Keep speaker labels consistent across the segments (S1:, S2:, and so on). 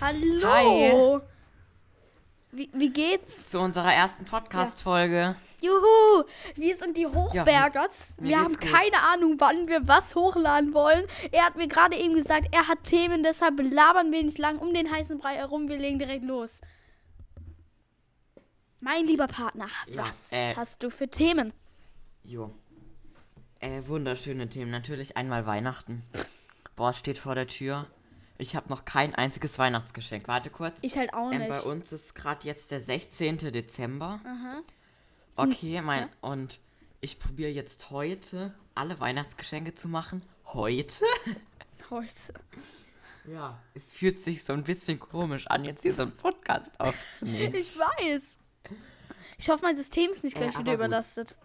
S1: Hallo. Wie, wie geht's?
S2: Zu unserer ersten Podcast-Folge.
S1: Juhu, wir sind die Hochbergers.
S2: mir
S1: wir
S2: geht's
S1: haben
S2: gut.
S1: keine Ahnung, wann wir was hochladen wollen. Er hat mir gerade eben gesagt, er hat Themen, deshalb labern wir nicht lang um den heißen Brei herum. Wir legen direkt los. Mein lieber Partner,
S2: Ja,
S1: was
S2: äh.
S1: hast du für Themen?
S2: Jo. Äh, wunderschöne Themen. Natürlich einmal Weihnachten. Boah, steht vor der Tür. Ich habe noch kein einziges Weihnachtsgeschenk. Warte kurz.
S1: Ich halt auch
S2: Ähm, bei
S1: nicht.
S2: uns ist gerade jetzt der 16. Dezember. Okay,
S1: Hm.
S2: mein. Und ich probiere jetzt heute alle Weihnachtsgeschenke zu machen. Heute?
S1: Heute.
S2: Ja. Es fühlt sich so ein bisschen komisch an, jetzt hier so einen Podcast aufzunehmen.
S1: Ich weiß. Ich hoffe, mein System ist nicht
S2: Äh,
S1: gleich
S2: aber
S1: wieder
S2: gut.
S1: überlastet.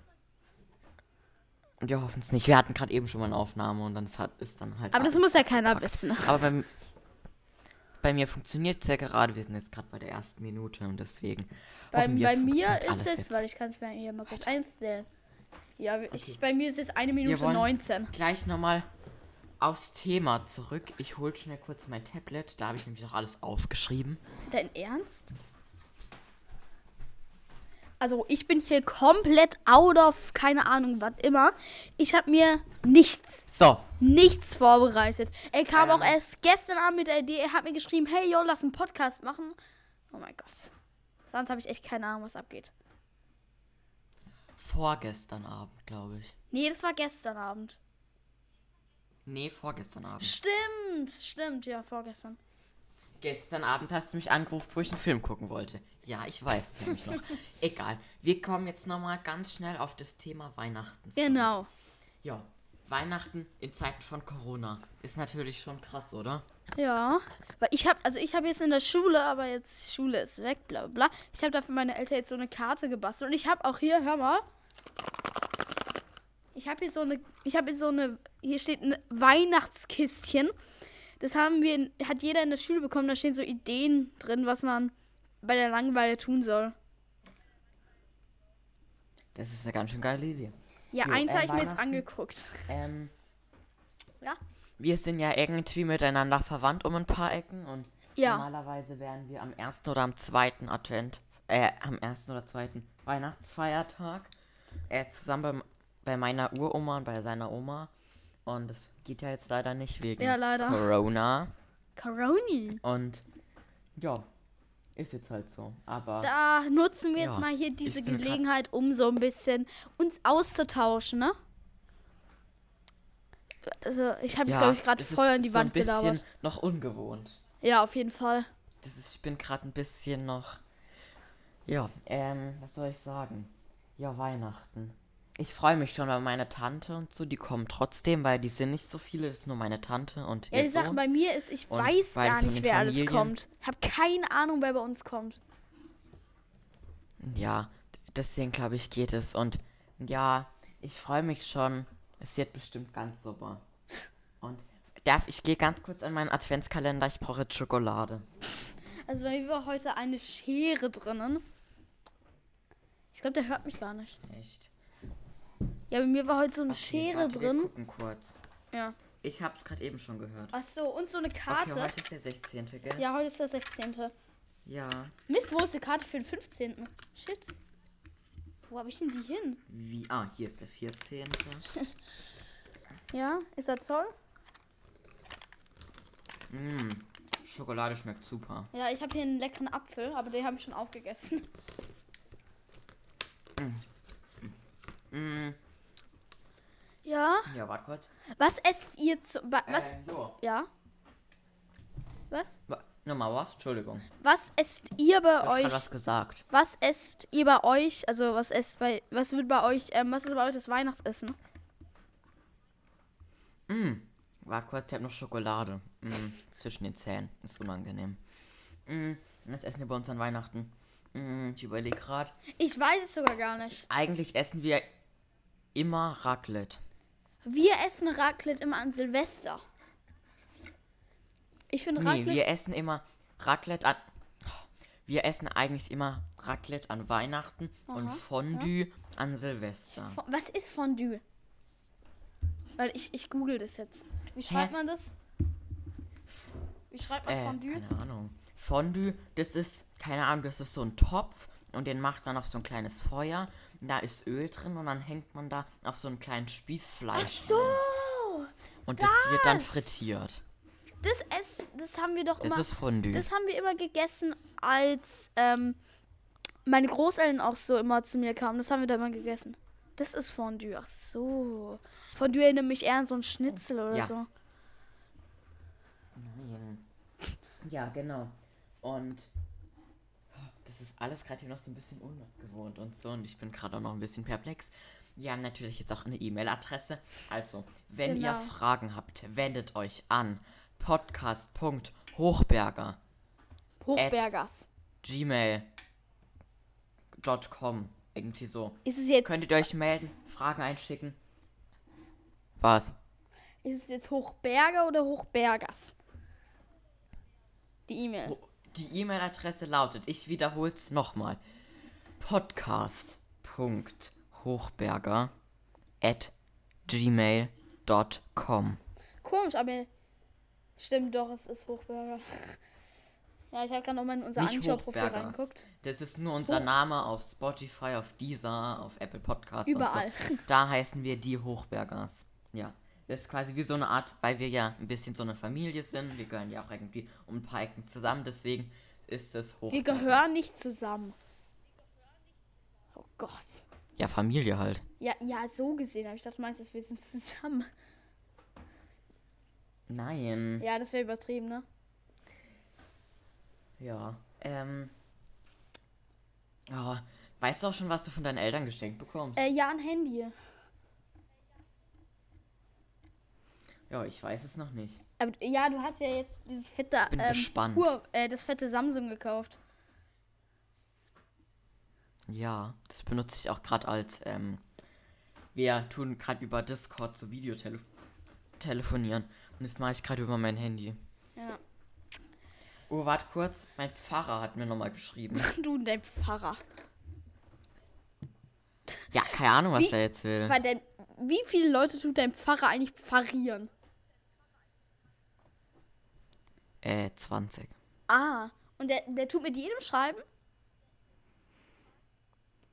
S2: Und wir hoffen es nicht. Wir hatten gerade eben schon mal eine Aufnahme und dann ist, halt- ist dann halt.
S1: Aber das
S2: alles
S1: muss ja keiner wissen.
S2: Aber bei, bei mir funktioniert es ja gerade. Wir sind jetzt gerade bei der ersten Minute und deswegen.
S1: Bei,
S2: hoffen wir,
S1: bei
S2: es
S1: mir
S2: funktioniert
S1: ist
S2: alles
S1: jetzt, weil ich kann es mir hier mal kurz einstellen. Ja, ich, bei mir ist jetzt eine
S2: Wir
S1: Minute
S2: wollen
S1: 19.
S2: gleich nochmal aufs Thema zurück. Ich hole schnell kurz mein Tablet. Da habe ich nämlich noch alles aufgeschrieben.
S1: Dein Ernst? Also ich bin hier komplett out of, keine Ahnung, was immer. Ich habe mir nichts,
S2: So,
S1: nichts vorbereitet. Er kam
S2: Ähm.
S1: auch erst gestern Abend mit der Idee, er hat mir geschrieben, hey, yo, lass einen Podcast machen. Oh mein Gott. Sonst habe ich echt keine Ahnung, was abgeht.
S2: vorgestern Abend, glaube ich.
S1: Nee, das war gestern Abend.
S2: Nee, vorgestern Abend.
S1: Stimmt, stimmt, ja, vorgestern.
S2: Gestern Abend hast du mich angerufen, wo ich einen Film gucken wollte. Ja, ich weiß nämlich noch. Egal. Wir kommen jetzt nochmal ganz schnell auf das Thema Weihnachten. zurück.
S1: Genau.
S2: Ja, Weihnachten in Zeiten von Corona ist natürlich schon krass, oder?
S1: Ja, weil ich habe, also ich habe jetzt in der Schule, aber jetzt Schule ist weg, bla bla bla. Ich habe dafür meine Eltern jetzt so eine Karte gebastelt und ich habe auch hier, hör mal. Ich habe hier so eine, ich habe hier so eine, hier steht ein Weihnachtskistchen. Das haben wir, in- hat jeder in der Schule bekommen. Da stehen so Ideen drin, was man bei der Langeweile tun soll.
S2: Das ist ja ganz schön geile Idee.
S1: Ja,
S2: Jo,
S1: eins
S2: äh,
S1: habe ich mir jetzt
S2: Weihnachten.
S1: angeguckt.
S2: Ähm,
S1: Ja.
S2: wir sind ja irgendwie miteinander verwandt um ein paar Ecken und
S1: Ja.
S2: normalerweise wären wir am ersten oder am zweiten Advent, äh, am ersten oder zweiten Weihnachtsfeiertag äh, zusammen bei, bei meiner Uroma und bei seiner Oma. Und das geht ja jetzt leider nicht wegen
S1: Ja, leider.
S2: Corona.
S1: Caroni.
S2: Und ja, ist jetzt halt so. Aber
S1: Da nutzen wir jetzt
S2: Ja,
S1: mal hier
S2: ich
S1: diese
S2: bin grad-
S1: Gelegenheit, um so ein bisschen uns auszutauschen, ne? Also, ich habe mich,
S2: ja,
S1: glaube ich, gerade
S2: es ist-
S1: voll an die
S2: ist
S1: Wand
S2: so ein
S1: gelabert.
S2: bisschen noch ungewohnt.
S1: Ja, auf jeden Fall.
S2: Das ist, ich bin gerade ein bisschen noch. Ja, ähm, was soll ich sagen? Ja, Weihnachten. Ich freue mich schon, weil meine Tante und so, die kommen trotzdem, weil die sind nicht so viele, das ist nur meine Tante und
S1: Ja,
S2: ihr
S1: die Sache
S2: Sohn.
S1: bei mir ist, ich
S2: Und
S1: weiß
S2: beides
S1: gar
S2: von
S1: nicht,
S2: den
S1: wer
S2: Familien.
S1: alles kommt. Ich habe keine Ahnung, wer bei uns kommt.
S2: Ja, d- deswegen glaube ich, geht es. Und ja, ich freue mich schon. Es wird bestimmt ganz super. Und darf ich gehe ganz kurz an meinen Adventskalender, ich brauche jetzt Schokolade.
S1: Also, bei mir war heute eine Schere drinnen. Ich glaube, der hört mich gar nicht.
S2: Echt?
S1: Ja, bei mir war heute so eine
S2: Okay,
S1: Schere
S2: warte, Wir
S1: drin.
S2: gucken kurz.
S1: Ja.
S2: Ich habe es gerade eben schon gehört.
S1: Ach so, und so eine
S2: Okay,
S1: Karte.
S2: heute ist der 16. gell?
S1: ja, heute ist der 16.
S2: ja.
S1: Mist, wo ist die Karte für den 15.? Shit. Wo habe ich denn die hin?
S2: Wie? Ah, hier ist der 14.
S1: Ja, ist das toll?
S2: mm, Schokolade schmeckt super.
S1: Ja, ich habe hier einen leckeren Apfel, aber den habe ich schon aufgegessen.
S2: Mm,
S1: Ja?
S2: ja, warte kurz.
S1: Was esst ihr zu. wa- Was?
S2: Äh, jo.
S1: Ja? Was?
S2: Wa- Nochmal was? Entschuldigung. Ich
S1: Was esst ihr bei
S2: hab grad
S1: euch?
S2: was
S1: Was?
S2: gesagt.
S1: esst ihr bei euch? Also, was esst bei. Was wird bei euch. Ähm, was ist bei euch das Weihnachtsessen?
S2: Mm, warte kurz, ich habe noch Schokolade. Mm, zwischen den Zähnen. Ist unangenehm. Mm, was essen wir bei uns an Weihnachten? Mm, ich überlege gerade.
S1: Ich weiß es sogar gar nicht.
S2: Eigentlich essen wir immer Raclette.
S1: Wir essen Raclette immer an Silvester. Ich finde
S2: Nee,
S1: Raclette.
S2: wir essen immer Raclette an. Wir essen eigentlich immer Raclette an Weihnachten und
S1: Aha,
S2: Fondue an Silvester.
S1: Fo- Was ist Fondue? Weil ich, ich google das jetzt. Wie schreibt man das? Wie schreibt man
S2: Äh,
S1: Fondue?
S2: keine Ahnung. Fondue, das ist, keine Ahnung, das ist so ein Topf und den macht man auf so ein kleines Feuer. Und Da ist Öl drin und dann hängt man da auf so einen kleinen Spießfleisch.
S1: Ach so!
S2: Und das, wird dann
S1: das.
S2: frittiert.
S1: Das, Ess, das haben wir doch
S2: Es
S1: immer.
S2: ist Fondue.
S1: Das haben wir immer gegessen, als ähm, meine Großeltern auch so immer zu mir kamen. Das haben wir da immer gegessen. Das ist Fondue. Ach so. Fondue erinnert mich eher an so ein Schnitzel oder
S2: Ja.
S1: so.
S2: Nein. Ja, genau. Und oh, das ist alles gerade hier noch so ein bisschen ungewohnt und so. Und ich bin gerade auch noch ein bisschen perplex. Wir haben natürlich jetzt auch eine E-Mail-Adresse. Also, wenn ihr
S1: Genau.
S2: Fragen habt, wendet euch an podcast.hochberger.gmail.com.
S1: Hochbergers.
S2: Irgendwie so.
S1: Ist es jetzt,
S2: Könntet ihr euch melden, Fragen einschicken. Was?
S1: ist es jetzt Hochberger oder Hochbergers? Die E-Mail.
S2: Wo- Oh, Die E-Mail-Adresse lautet, ich wiederhole es nochmal, podcast.hochberger at gmail.com.
S1: Komisch, aber stimmt doch, es ist Hochberger. Ja, ich habe gerade nochmal in unser
S2: Nicht
S1: Anschauprofil
S2: Hochberger.
S1: reingeguckt.
S2: Das ist nur unser Name auf Spotify, auf Deezer, auf Apple Podcasts
S1: Überall.
S2: und so. Da heißen wir die Hochbergers. Ja. Das ist quasi wie so eine Art, weil wir ja ein bisschen so eine Familie sind. Wir gehören ja auch irgendwie um ein paar Ecken zusammen. Deswegen ist das
S1: Wir
S2: Hochbergers.
S1: gehören nicht zusammen. Oh Gott.
S2: Ja, Familie halt.
S1: Ja, ja, so gesehen. Aber ich dachte, du meinst, dass wir sind zusammen.
S2: Nein.
S1: Ja, das wäre übertrieben, ne?
S2: Ja. Ähm. Ja, weißt du auch schon, was du von deinen Eltern geschenkt bekommst?
S1: Äh, ja, ein Handy.
S2: Ja, ich weiß es noch nicht.
S1: Aber, ja, du hast ja jetzt dieses fette. Ich
S2: bin
S1: ähm,
S2: gespannt.
S1: Ur- äh, das fette Samsung gekauft.
S2: Ja, das benutze ich auch gerade als, ähm. Wir tun gerade über Discord so Videotelefon telefonieren. Und das mache ich gerade über mein Handy.
S1: Ja.
S2: Oh, warte kurz. Mein Pfarrer hat mir nochmal geschrieben.
S1: Du und dein Pfarrer.
S2: Ja, keine Ahnung, was
S1: Wie-
S2: er jetzt will.
S1: Weil dein, wie viele Leute tut dein Pfarrer eigentlich pfarrieren?
S2: Äh, 20.
S1: Ah, und der, der tut mit jedem schreiben?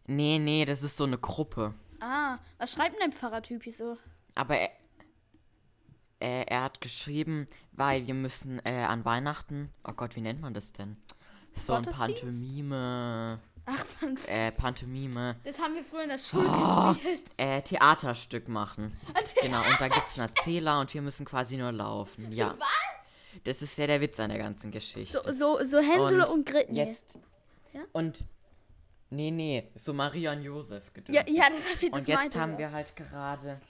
S2: Nee, nee, das ist so eine Gruppe.
S1: Ah, was schreibt denn dein Pfarrertypi so?
S2: Aber er, äh, er hat geschrieben, weil wir müssen äh, an Weihnachten. Oh Gott, wie nennt man das denn? So ein
S1: Gottesdienst?
S2: Pantomime.
S1: Ach man,
S2: Äh, Pantomime.
S1: das haben wir früher in der Schule gespielt.
S2: Äh, Theaterstück machen.
S1: Ein
S2: Genau, und da gibt's einen Erzähler und wir müssen quasi nur laufen. Ja. Was? Das ist ja der Witz an der ganzen Geschichte.
S1: So, so, so Hänsel und, Gretel. nee.
S2: Jetzt.
S1: Ja?
S2: Und. Nee, nee, so Maria und Josef
S1: Ja,
S2: gedöns.
S1: ja, das, hab ich- das
S2: und jetzt
S1: meinte ich
S2: haben
S1: auch.
S2: wir halt gerade.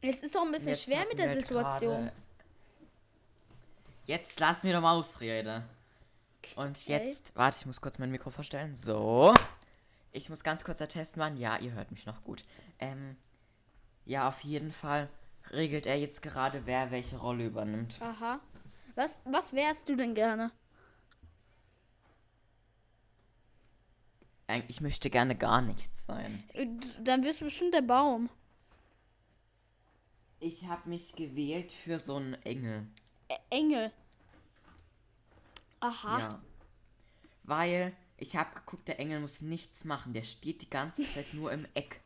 S1: Jetzt ist doch ein bisschen
S2: Jetzt
S1: schwer
S2: hatten
S1: mit der
S2: wir
S1: Situation.
S2: gerade- Jetzt lass mir doch mal Ausrede. Und
S1: Okay.
S2: jetzt, warte, ich muss kurz mein Mikro verstellen. So. Ich muss ganz kurz da Test machen. Ja, ihr hört mich noch gut. Ähm, ja, auf jeden Fall regelt er jetzt gerade, wer welche Rolle übernimmt.
S1: Aha. Was, was wärst du denn gerne?
S2: Eigentlich ich möchte gerne gar nichts sein.
S1: Äh, Dann wirst du bestimmt der Baum.
S2: Ich habe mich gewählt für so einen Engel.
S1: Ä Engel. Aha.
S2: Ja. Weil ich habe geguckt, der Engel muss nichts machen. Der steht die ganze Zeit nur im Eck.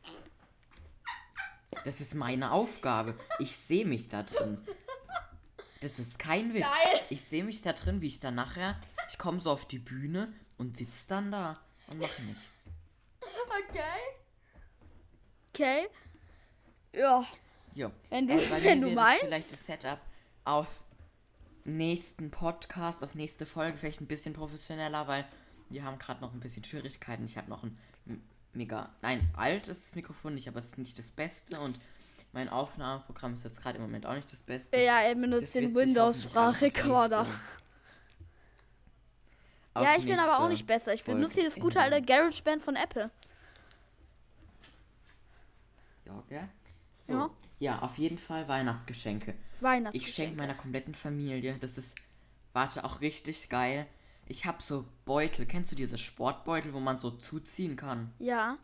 S2: Das ist meine Aufgabe. Ich sehe mich da drin. Das ist kein Witz.
S1: Geil.
S2: Ich sehe mich da drin, wie ich dann nachher. Ich komme so auf die Bühne und sitz dann da und mache nichts.
S1: Okay. Okay. Ja.
S2: Jo.
S1: Wenn du-
S2: überlegen
S1: wenn du
S2: wir das
S1: meinst.
S2: Vielleicht das Setup auf nächsten Podcast, auf nächste Folge vielleicht ein bisschen professioneller, weil wir haben gerade noch ein bisschen Schwierigkeiten. Ich habe noch ein m- mega, nein, alt ist das Mikrofon nicht, aber es ist nicht das Beste und mein Aufnahmeprogramm ist jetzt gerade im Moment auch nicht das Beste.
S1: Ja, er benutzt
S2: Das wird
S1: den
S2: sich
S1: Windows-Sprachrekorder.
S2: hoffentlich alles auf nächste-
S1: Ja,
S2: auf
S1: ich bin aber auch
S2: nächste
S1: nicht besser. Ich benutze hier
S2: Folge
S1: das gute alte GarageBand von Apple.
S2: Ja, gell? So.
S1: Ja.
S2: Ja. auf jeden Fall Weihnachtsgeschenke. Ich
S1: Weihnachtsgeschenke.
S2: schenke meiner kompletten Familie. Das ist, warte, auch richtig geil. Ich habe so Beutel. Kennst du diese Sportbeutel, wo man so zuziehen kann?
S1: Ja.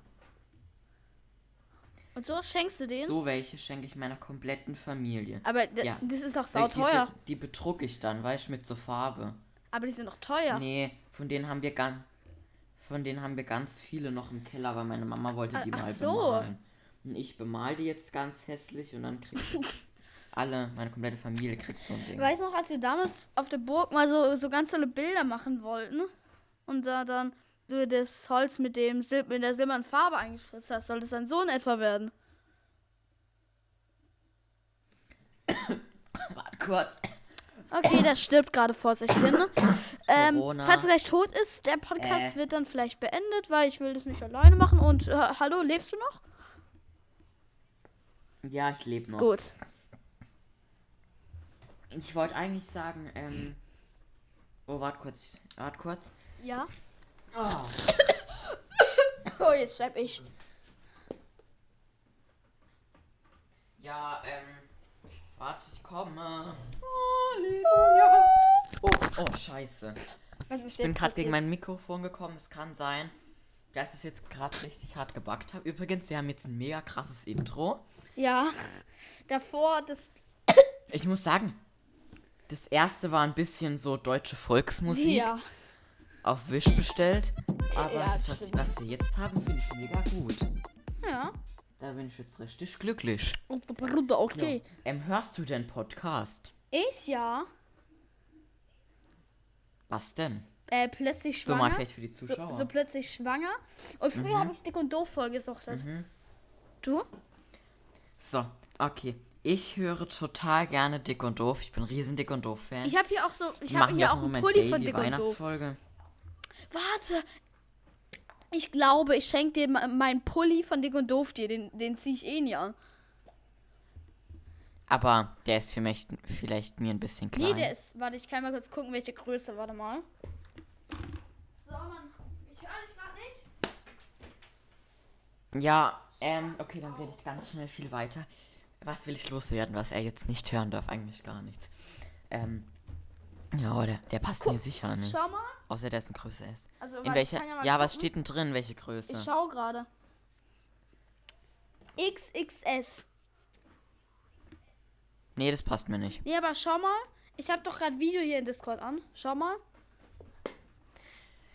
S1: Und sowas schenkst du denen?
S2: So welche schenke ich meiner kompletten Familie.
S1: Aber d-
S2: Ja.
S1: das ist auch
S2: Weil
S1: sauteuer.
S2: Diese, die bedrucke ich dann, weißt du, mit so Farbe.
S1: Aber die sind doch teuer.
S2: Nee, von denen haben wir ganz. Von denen haben wir ganz viele noch im Keller, weil meine Mama wollte die
S1: Ah, Ach
S2: mal
S1: so.
S2: bemalen. Und ich bemal die jetzt ganz hässlich und dann kriegt alle, meine komplette Familie kriegt so ein Ding.
S1: Ich weiß noch, als wir damals auf der Burg mal so, so ganz tolle Bilder machen wollten und da dann du das Holz mit dem Sil mit der silbernen Farbe eingespritzt hast, soll das dann so in etwa werden?
S2: Warte kurz.
S1: Okay, das stirbt gerade vor sich hin. Ähm,
S2: Corona.
S1: falls er gleich tot ist, der Podcast
S2: Äh.
S1: wird dann vielleicht beendet, weil ich will das nicht alleine machen. Und äh, hallo, lebst du noch?
S2: Ja, ich lebe noch.
S1: Gut.
S2: Ich wollte eigentlich sagen, ähm. Oh, warte kurz. Warte kurz.
S1: Ja.
S2: Oh.
S1: Oh, jetzt schreib ich.
S2: Ja, ähm. Warte, ich komme. Halleluja. Oh, oh, scheiße.
S1: Was ist
S2: Ich bin gerade gegen mein Mikrofon gekommen. Es kann sein, dass es jetzt gerade richtig hart gebackt habe. Übrigens, wir haben jetzt ein mega krasses Intro.
S1: Ja. Davor, das.
S2: Ich muss sagen, das erste war ein bisschen so deutsche Volksmusik
S1: Ja.
S2: auf Wish bestellt. Aber
S1: Ja,
S2: das, was,
S1: stimmt.
S2: was wir jetzt haben, finde ich mega gut.
S1: Ja.
S2: Da bin ich jetzt richtig glücklich.
S1: Und der Bruder,
S2: Ja.
S1: okay.
S2: Ähm, hörst du denn Podcast?
S1: Ich ja.
S2: Was denn?
S1: Äh, plötzlich
S2: So mal
S1: schwanger.
S2: vielleicht für die Zuschauer. Mhm.
S1: so, so plötzlich schwanger. Und früher habe ich dick und doof vollgesuchtet. Du?
S2: So, okay. Ich höre total gerne Dick und Doof. Ich bin riesen Dick und Doof-Fan.
S1: Ich habe hier auch so. Ich
S2: Wir
S1: habe
S2: machen
S1: hier
S2: ja
S1: auch einen Pulli von dick und doof.
S2: Weihnachtsfolge.
S1: Warte. Ich glaube, ich schenke dir me- meinen Pulli von Dick und Doof dir. Den, den ziehe ich eh nie an.
S2: Aber der ist für mich vielleicht mir ein bisschen klein.
S1: Nee, der ist. Warte, ich kann mal kurz gucken, welche Größe. Warte mal.
S2: Hm.
S1: So, Mann. Ich höre dich gerade nicht.
S2: ja, ähm, okay, dann rede ich ganz schnell viel weiter. Was will ich loswerden, was er jetzt nicht hören darf? Eigentlich gar nichts. Ähm, ja, aber der, der passt mir sicher nicht.
S1: Schau mal.
S2: Außer dessen Größe S.
S1: Also,
S2: In
S1: warte, ich
S2: welcher?
S1: kann
S2: Ja,
S1: mal
S2: was
S1: gucken.
S2: steht denn drin? Welche Größe?
S1: Ich schau gerade. XXS.
S2: nee, das passt mir nicht.
S1: Nee, aber schau mal. Ich habe doch gerade Video hier in Discord an. Schau mal.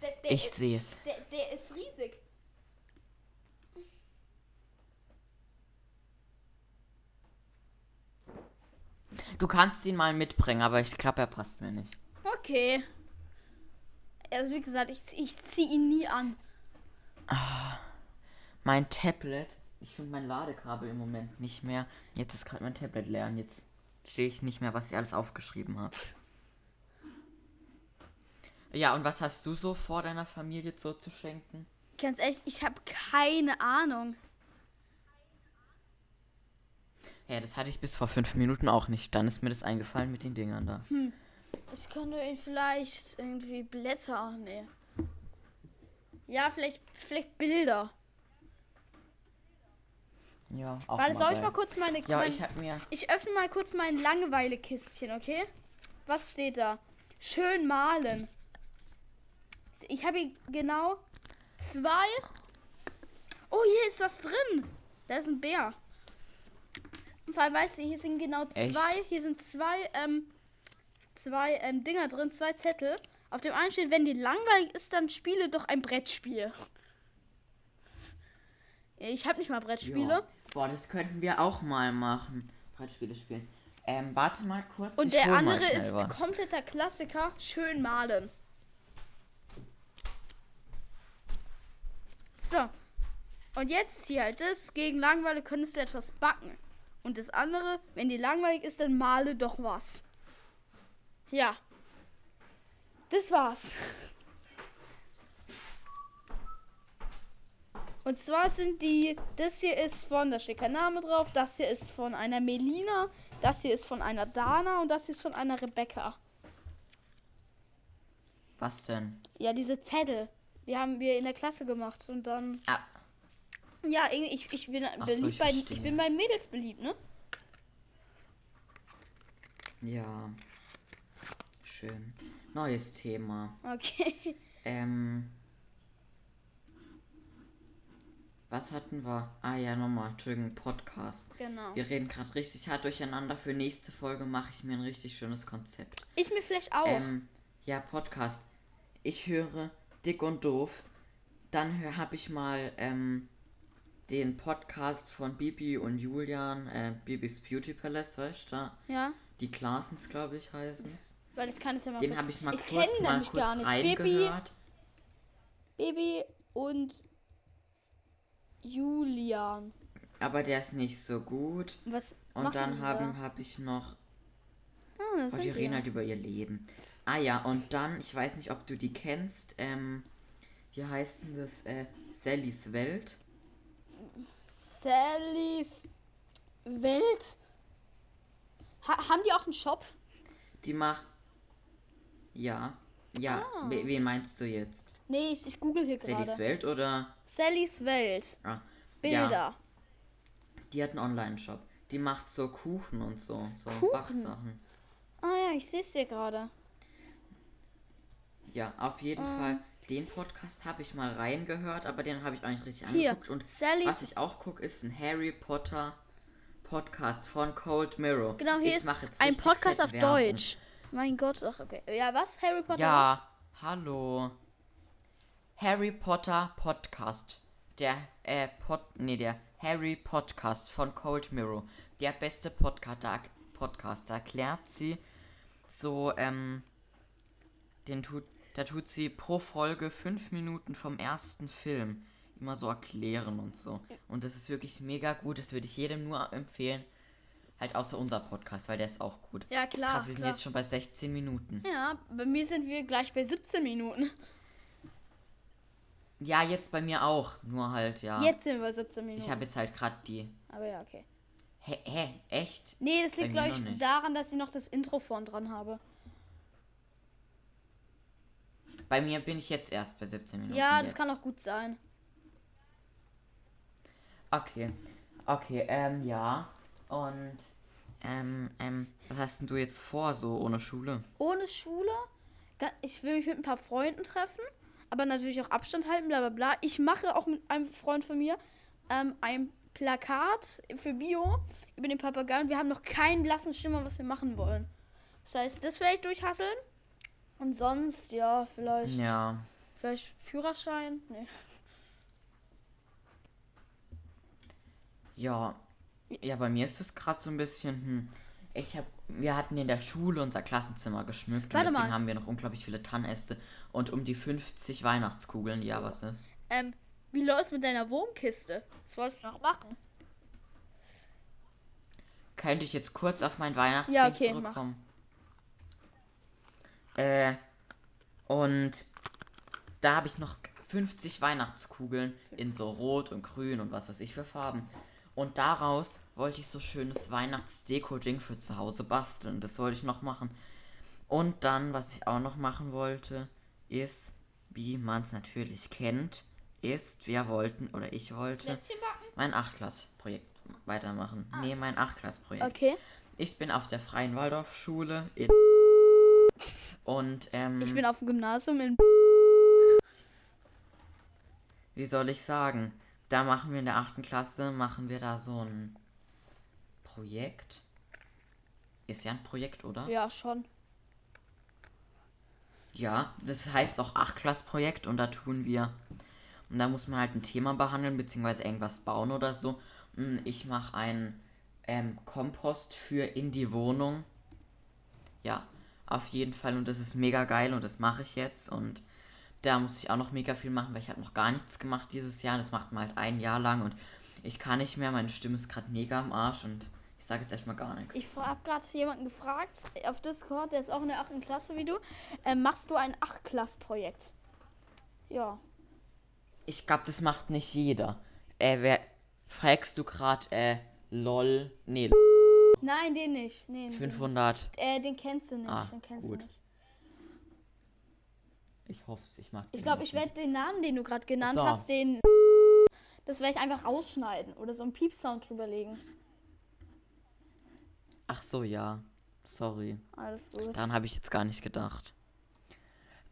S1: Der, der
S2: Ich
S1: ist,
S2: sehe es.
S1: der, der ist riesig.
S2: Du kannst ihn mal mitbringen, aber ich glaube, er passt mir nicht.
S1: Okay. Also wie gesagt, ich, ich ziehe ihn nie an.
S2: Mein Tablet. Ich finde mein Ladekabel im Moment nicht mehr. Jetzt ist gerade mein Tablet leer und jetzt sehe ich nicht mehr, was ich alles aufgeschrieben habe. Ja, und was hast du so vor, deiner Familie so zu schenken?
S1: Ganz ehrlich, ich habe keine Ahnung.
S2: Ja, das hatte ich bis vor fünf Minuten auch nicht. Dann ist mir das eingefallen mit den Dingern da.
S1: Ich könnte ihn vielleicht irgendwie Blätter. Nee. Ja, vielleicht, vielleicht Bilder.
S2: Ja, auch
S1: Warte,
S2: mal
S1: soll ich
S2: geil.
S1: mal kurz meine.
S2: Ja,
S1: mein,
S2: ich habe mir...
S1: Ich öffne mal kurz mein Langeweile-Kistchen, okay? Was steht da? Schön malen. Ich habe hier genau zwei. Oh, hier ist was drin. Da ist ein Bär. Weil, weißt du, hier sind genau
S2: Echt?
S1: zwei. Hier sind zwei, ähm, zwei ähm, Dinger drin, zwei Zettel. Auf dem einen steht, wenn dir langweilig ist, dann spiele doch ein Brettspiel. Ich habe nicht mal Brettspiele.
S2: Ja. Boah, das könnten wir auch mal machen. Brettspiele spielen. Ähm, warte mal kurz.
S1: Und
S2: ich
S1: der
S2: hol mal
S1: andere
S2: schnell
S1: ist
S2: was.
S1: kompletter Klassiker, schön malen. So. Und jetzt hier halt das, gegen Langeweile könntest du etwas backen. Und das andere, wenn dir langweilig ist, dann male doch was. Ja. Das war's. Und zwar sind die, das hier ist von, da steht kein Name drauf, das hier ist von einer Melina, das hier ist von einer Dana und das hier ist von einer Rebecca.
S2: Was denn?
S1: Ja, diese Zettel, die haben wir in der Klasse gemacht und dann,
S2: Ah,
S1: ja, irgendwie, ich, ich bin
S2: so,
S1: beliebt
S2: ich
S1: bei,
S2: verstehe.
S1: ich bin bei Mädels beliebt, ne?
S2: Ja. Schön. Neues Thema.
S1: Okay.
S2: Ähm. Was hatten wir? Ah ja, nochmal, Entschuldigung, Podcast.
S1: Genau.
S2: Wir reden gerade richtig hart durcheinander. Für nächste Folge mache ich mir ein richtig schönes Konzept.
S1: Ich mir vielleicht auch.
S2: Ähm, Ja, Podcast. Ich höre Dick und Doof. Dann habe ich mal ähm, den Podcast von Bibi und Julian, äh, Bibis Beauty Palace, weißt du? da?
S1: Ja.
S2: Die Classens, glaube ich, heißen es.
S1: Weil das kann es ja mal
S2: Den
S1: kurz-
S2: habe ich mal
S1: ich kenne
S2: kurz,
S1: die
S2: mal
S1: nämlich
S2: kurz
S1: gar nicht. Baby,
S2: reingehört.
S1: Baby und Julian.
S2: Aber der ist nicht so gut.
S1: Und Was
S2: Und
S1: machen die
S2: dann
S1: da?
S2: habe hab ich noch.
S1: Ah, das
S2: Und die
S1: sind
S2: reden
S1: die.
S2: halt über ihr Leben. Ah ja, und dann, ich weiß nicht, ob du die kennst. Ähm, wie heißt denn das? Äh, Sallys Welt.
S1: Sallys Welt. Ha haben die auch einen Shop?
S2: Die macht. Ja. Ja. we- Wen meinst du jetzt?
S1: Nee, ich, ich google hier
S2: Sallys
S1: Ah. gerade.
S2: Welt oder.
S1: Sallys Welt.
S2: Ah,
S1: Bilder.
S2: Ja, die hat einen Online-Shop. Die macht so Kuchen und so. So
S1: Kuchen?
S2: Backsachen.
S1: Ah ja, ich sehe es hier gerade.
S2: Ja, auf jeden
S1: Äh,
S2: Fall. Den Podcast habe ich mal reingehört, aber den habe ich auch nicht richtig
S1: Hier,
S2: angeguckt. Hm, Und
S1: Sallys-
S2: was ich auch gucke, ist ein Harry Potter Podcast von Cold Mirror.
S1: Genau, hier
S2: ich
S1: ist
S2: mach jetzt
S1: ein
S2: richtig
S1: Podcast
S2: fette
S1: auf
S2: Werbung.
S1: Deutsch. Mein Gott, ach okay. Ja, was? Harry Potter? Was?
S2: Ja, hallo. Harry Potter Podcast. Der, äh, Pod, nee, der Harry Podcast von Cold Mirror. Der beste Podcast. Da, Podcast. da erklärt sie so, ähm, den tut, da tut sie pro Folge fünf Minuten vom ersten Film immer so erklären und so. Und das ist wirklich mega gut. Das würde ich jedem nur empfehlen. Halt außer unser Podcast, weil der ist auch gut.
S1: Ja, klar,
S2: Krass, wir sind
S1: klar.
S2: jetzt schon bei 16 Minuten.
S1: Ja, bei mir sind wir gleich bei 17 Minuten.
S2: Ja, jetzt bei mir auch. Nur halt, ja.
S1: Jetzt sind wir bei 17 Minuten.
S2: Ich habe jetzt halt gerade die.
S1: Aber ja, okay.
S2: Hä, hä, echt?
S1: Nee, das
S2: Bei
S1: liegt,
S2: mir
S1: glaube
S2: noch
S1: ich,
S2: nicht.
S1: daran, dass ich noch das Intro vorn dran habe.
S2: Bei mir bin ich jetzt erst bei 17 Minuten.
S1: Ja, das
S2: jetzt.
S1: kann auch gut sein.
S2: Okay. Okay, ähm, ja. Und, ähm, ähm, was hast denn du jetzt vor, so ohne Schule?
S1: Ohne Schule, ga- ich will mich mit ein paar Freunden treffen, aber natürlich auch Abstand halten, bla bla bla. Ich mache auch mit einem Freund von mir ähm, ein Plakat für Bio über den Papagei und wir haben noch keinen blassen Schimmer, was wir machen wollen. Das heißt, das vielleicht durchhasseln und sonst, ja, vielleicht,
S2: Ja.
S1: vielleicht Führerschein. ne. Nee.
S2: Ja. Ja, bei mir ist es gerade so ein bisschen, hm. Ich hab, wir hatten in der Schule unser Klassenzimmer geschmückt
S1: Warte
S2: und deswegen
S1: mal.
S2: haben wir noch unglaublich viele Tannäste und um die 50 Weihnachtskugeln, ja, was ist?
S1: Ähm, wie läuft's mit deiner Wurmkiste? Was wolltest du noch machen?
S2: Könnte ich jetzt kurz auf mein Weihnachtsding
S1: Ja, okay, mach.
S2: zurückkommen? Äh, und da habe ich noch 50 Weihnachtskugeln in so rot und grün und was weiß ich für Farben. Und daraus wollte ich so schönes Weihnachtsdeko-Ding für zu Hause basteln. Das wollte ich noch machen. Und dann, was ich auch noch machen wollte, ist, wie man es natürlich kennt, ist, wir wollten oder ich wollte mein 8-Klass-Projekt weitermachen.
S1: Ah.
S2: Nee, mein 8-Klass-Projekt.
S1: Okay.
S2: Ich bin auf der Freien Waldorfschule in und ähm,
S1: Ich bin auf dem Gymnasium in.
S2: wie soll ich sagen, da machen wir in der 8. Klasse, machen wir da so ein Projekt. Ist ja ein Projekt, oder?
S1: Ja, schon.
S2: Ja, das heißt auch 8-Klass-Projekt und da tun wir. Und da muss man halt ein Thema behandeln, beziehungsweise irgendwas bauen oder so. Hm, Ich mache einen ähm, Kompost für in die Wohnung. Ja, auf jeden Fall. Und das ist mega geil und das mache ich jetzt. Und da muss ich auch noch mega viel machen, weil ich habe noch gar nichts gemacht dieses Jahr. Das macht man halt ein Jahr lang und ich kann nicht mehr. Meine Stimme ist gerade mega am Arsch und ich sage jetzt erstmal gar nichts.
S1: Ich habe gerade jemanden gefragt auf Discord, der ist auch in der 8. Klasse wie du. Ähm, machst du ein 8-Klass-Projekt? Ja.
S2: Ich glaube, das macht nicht jeder. Äh, wer. Fragst du gerade, äh, lol. Nee,
S1: Nein, den nicht. Nee, den,
S2: 500.
S1: Äh, den kennst du nicht.
S2: Ah,
S1: den kennst
S2: gut.
S1: du nicht.
S2: Ich hoffe ich mag
S1: Ich
S2: den
S1: glaube,
S2: nicht.
S1: ich werde den Namen, den du gerade genannt
S2: So.
S1: hast, den. Das werde ich einfach rausschneiden oder so einen Piepsound drüberlegen.
S2: Ach so, ja. Sorry.
S1: Alles gut.
S2: Daran habe ich jetzt gar nicht gedacht.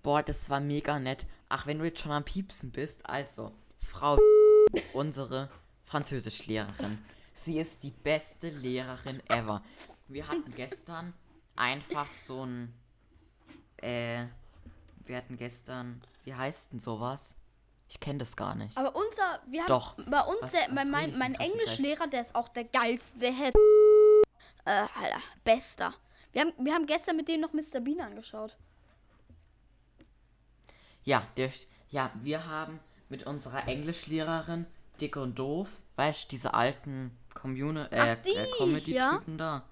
S2: Boah, das war mega nett. Ach, wenn du jetzt schon am Piepsen bist, also, Frau unsere Französischlehrerin. Sie ist die beste Lehrerin ever. Wir hatten gestern einfach so ein äh, Wir hatten gestern, wie heißt denn sowas? Ich kenne das gar nicht.
S1: Aber unser, wir haben
S2: Doch.
S1: bei uns,
S2: Was-
S1: der,
S2: was
S1: mein,
S2: rede
S1: mein,
S2: ich
S1: mein
S2: denn grad für
S1: Englischlehrer, der ist auch der geilste, der Head. Äh, Alter, bester. Wir haben, wir haben gestern mit dem noch Mr. Bean angeschaut.
S2: Ja, der, ja, wir haben mit unserer Englischlehrerin Dick und Doof, weißt du, diese alten Commune, äh,
S1: Ach, die,
S2: äh, Comedy-Typen da.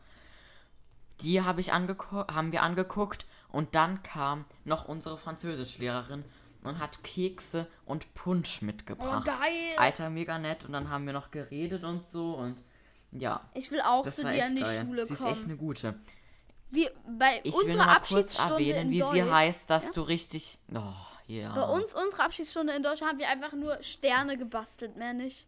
S2: Die habe ich angeko haben wir angeguckt und dann kam noch unsere Französischlehrerin und hat Kekse und Punsch mitgebracht.
S1: Oh, geil.
S2: Alter, mega nett und dann haben wir noch geredet und so und ja,
S1: Ich will auch
S2: das
S1: zu
S2: war
S1: dir
S2: echt
S1: an die
S2: geil.
S1: Schule
S2: Sie ist echt
S1: kommen.
S2: eine gute.
S1: Wir, bei
S2: Ich will
S1: unserer
S2: mal kurz
S1: Abschiedsstunde
S2: erwähnen,
S1: in
S2: wie
S1: Deutsch,
S2: sie heißt, dass du richtig. Oh, ja.
S1: Bei uns, unsere Abschiedsstunde in Deutsch, haben wir einfach nur Sterne gebastelt, mehr nicht.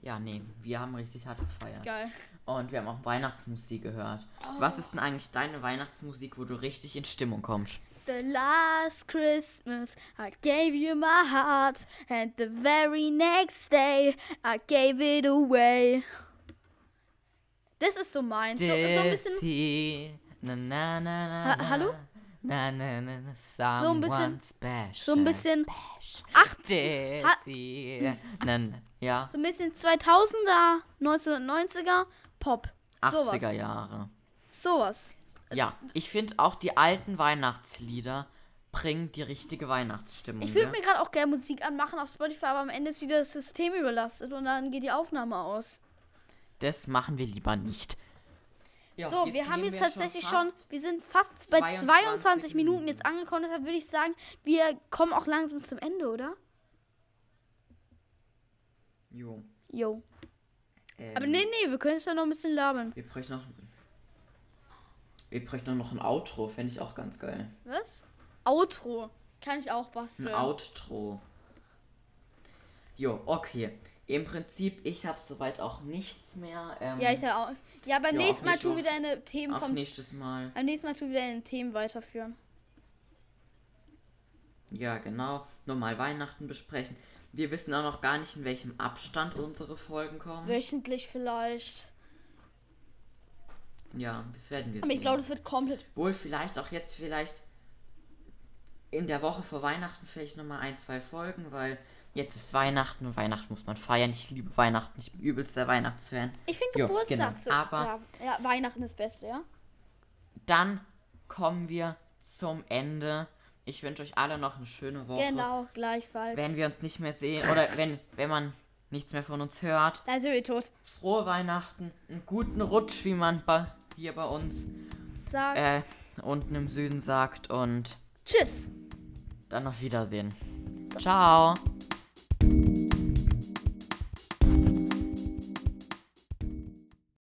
S2: Ja, nee, wir haben richtig hart gefeiert.
S1: Geil.
S2: Und wir haben auch Weihnachtsmusik gehört.
S1: Oh.
S2: Was ist denn eigentlich deine Weihnachtsmusik, wo du richtig in Stimmung kommst?
S1: The last Christmas, I gave you my heart, and the very next day, I gave it away. Das ist so meins. So, so ein bisschen,
S2: Dizzy, na, na, na, na,
S1: Ha- hallo?
S2: Na, na, na, na,
S1: So ein bisschen-
S2: someone special,
S1: so ein bisschen
S2: special.
S1: 80,
S2: Dizzy, na, na, ja,
S1: so ein bisschen 2000er, 1990er Pop.
S2: 80er
S1: Sowas. Äh,
S2: Jahre.
S1: Sowas.
S2: Ja, ich finde auch die alten Weihnachtslieder bringen die richtige Weihnachtsstimmung.
S1: Ich würde
S2: ne?
S1: mir gerade auch gerne Musik anmachen auf Spotify, aber am Ende ist wieder das System überlastet und dann geht die Aufnahme aus.
S2: Das machen wir lieber nicht.
S1: so, wir haben jetzt tatsächlich schon, wir sind fast bei
S2: 22
S1: 22 Minuten
S2: Minuten.
S1: jetzt angekommen, deshalb würde ich sagen, wir kommen auch langsam zum Ende, oder?
S2: Jo,
S1: Jo.
S2: ähm,
S1: Aber nee, nee, wir können es ja noch ein bisschen labern.
S2: Wir bräuchten noch. Wir bräuchten noch ein Outro, fände ich auch ganz geil.
S1: Was? Outro. Kann ich auch
S2: Ein
S1: basteln.
S2: Outro. Jo, okay. Im Prinzip, ich habe soweit auch nichts mehr. Ähm,
S1: ja, ich halt auch. Ja, beim
S2: Ja,
S1: nächsten
S2: auf
S1: Mal
S2: nächste
S1: tun wir
S2: Woche.
S1: deine Themen
S2: Auf
S1: vom.
S2: nächstes Mal.
S1: Beim nächsten Mal tun wir deine Themen weiterführen.
S2: Ja, genau. Nochmal Weihnachten besprechen. Wir wissen auch noch gar nicht, in welchem Abstand unsere Folgen kommen.
S1: Wöchentlich vielleicht.
S2: Ja, das werden wir
S1: Aber
S2: sehen.
S1: ich glaube, das wird komplett.
S2: Wohl vielleicht auch jetzt vielleicht in der Woche vor Weihnachten vielleicht nochmal ein, zwei Folgen, weil jetzt ist Weihnachten und Weihnachten muss man feiern. Ich liebe Weihnachten, ich bin übelster Weihnachtsfan.
S1: Ich finde
S2: Jo,
S1: Geburtstag
S2: genau.
S1: so.
S2: Aber-
S1: ja, ja, Weihnachten ist das Beste, ja?
S2: Dann kommen wir zum Ende. Ich wünsche euch alle noch eine schöne Woche.
S1: Genau, gleichfalls.
S2: Wenn wir uns nicht mehr sehen oder wenn, wenn man nichts mehr von uns hört,
S1: Dann sind wir tot.
S2: frohe Weihnachten, einen guten Rutsch, wie man bei, hier bei uns
S1: Sag
S2: äh, unten im Süden sagt und
S1: Tschüss.
S2: dann auf Wiedersehen. Ciao.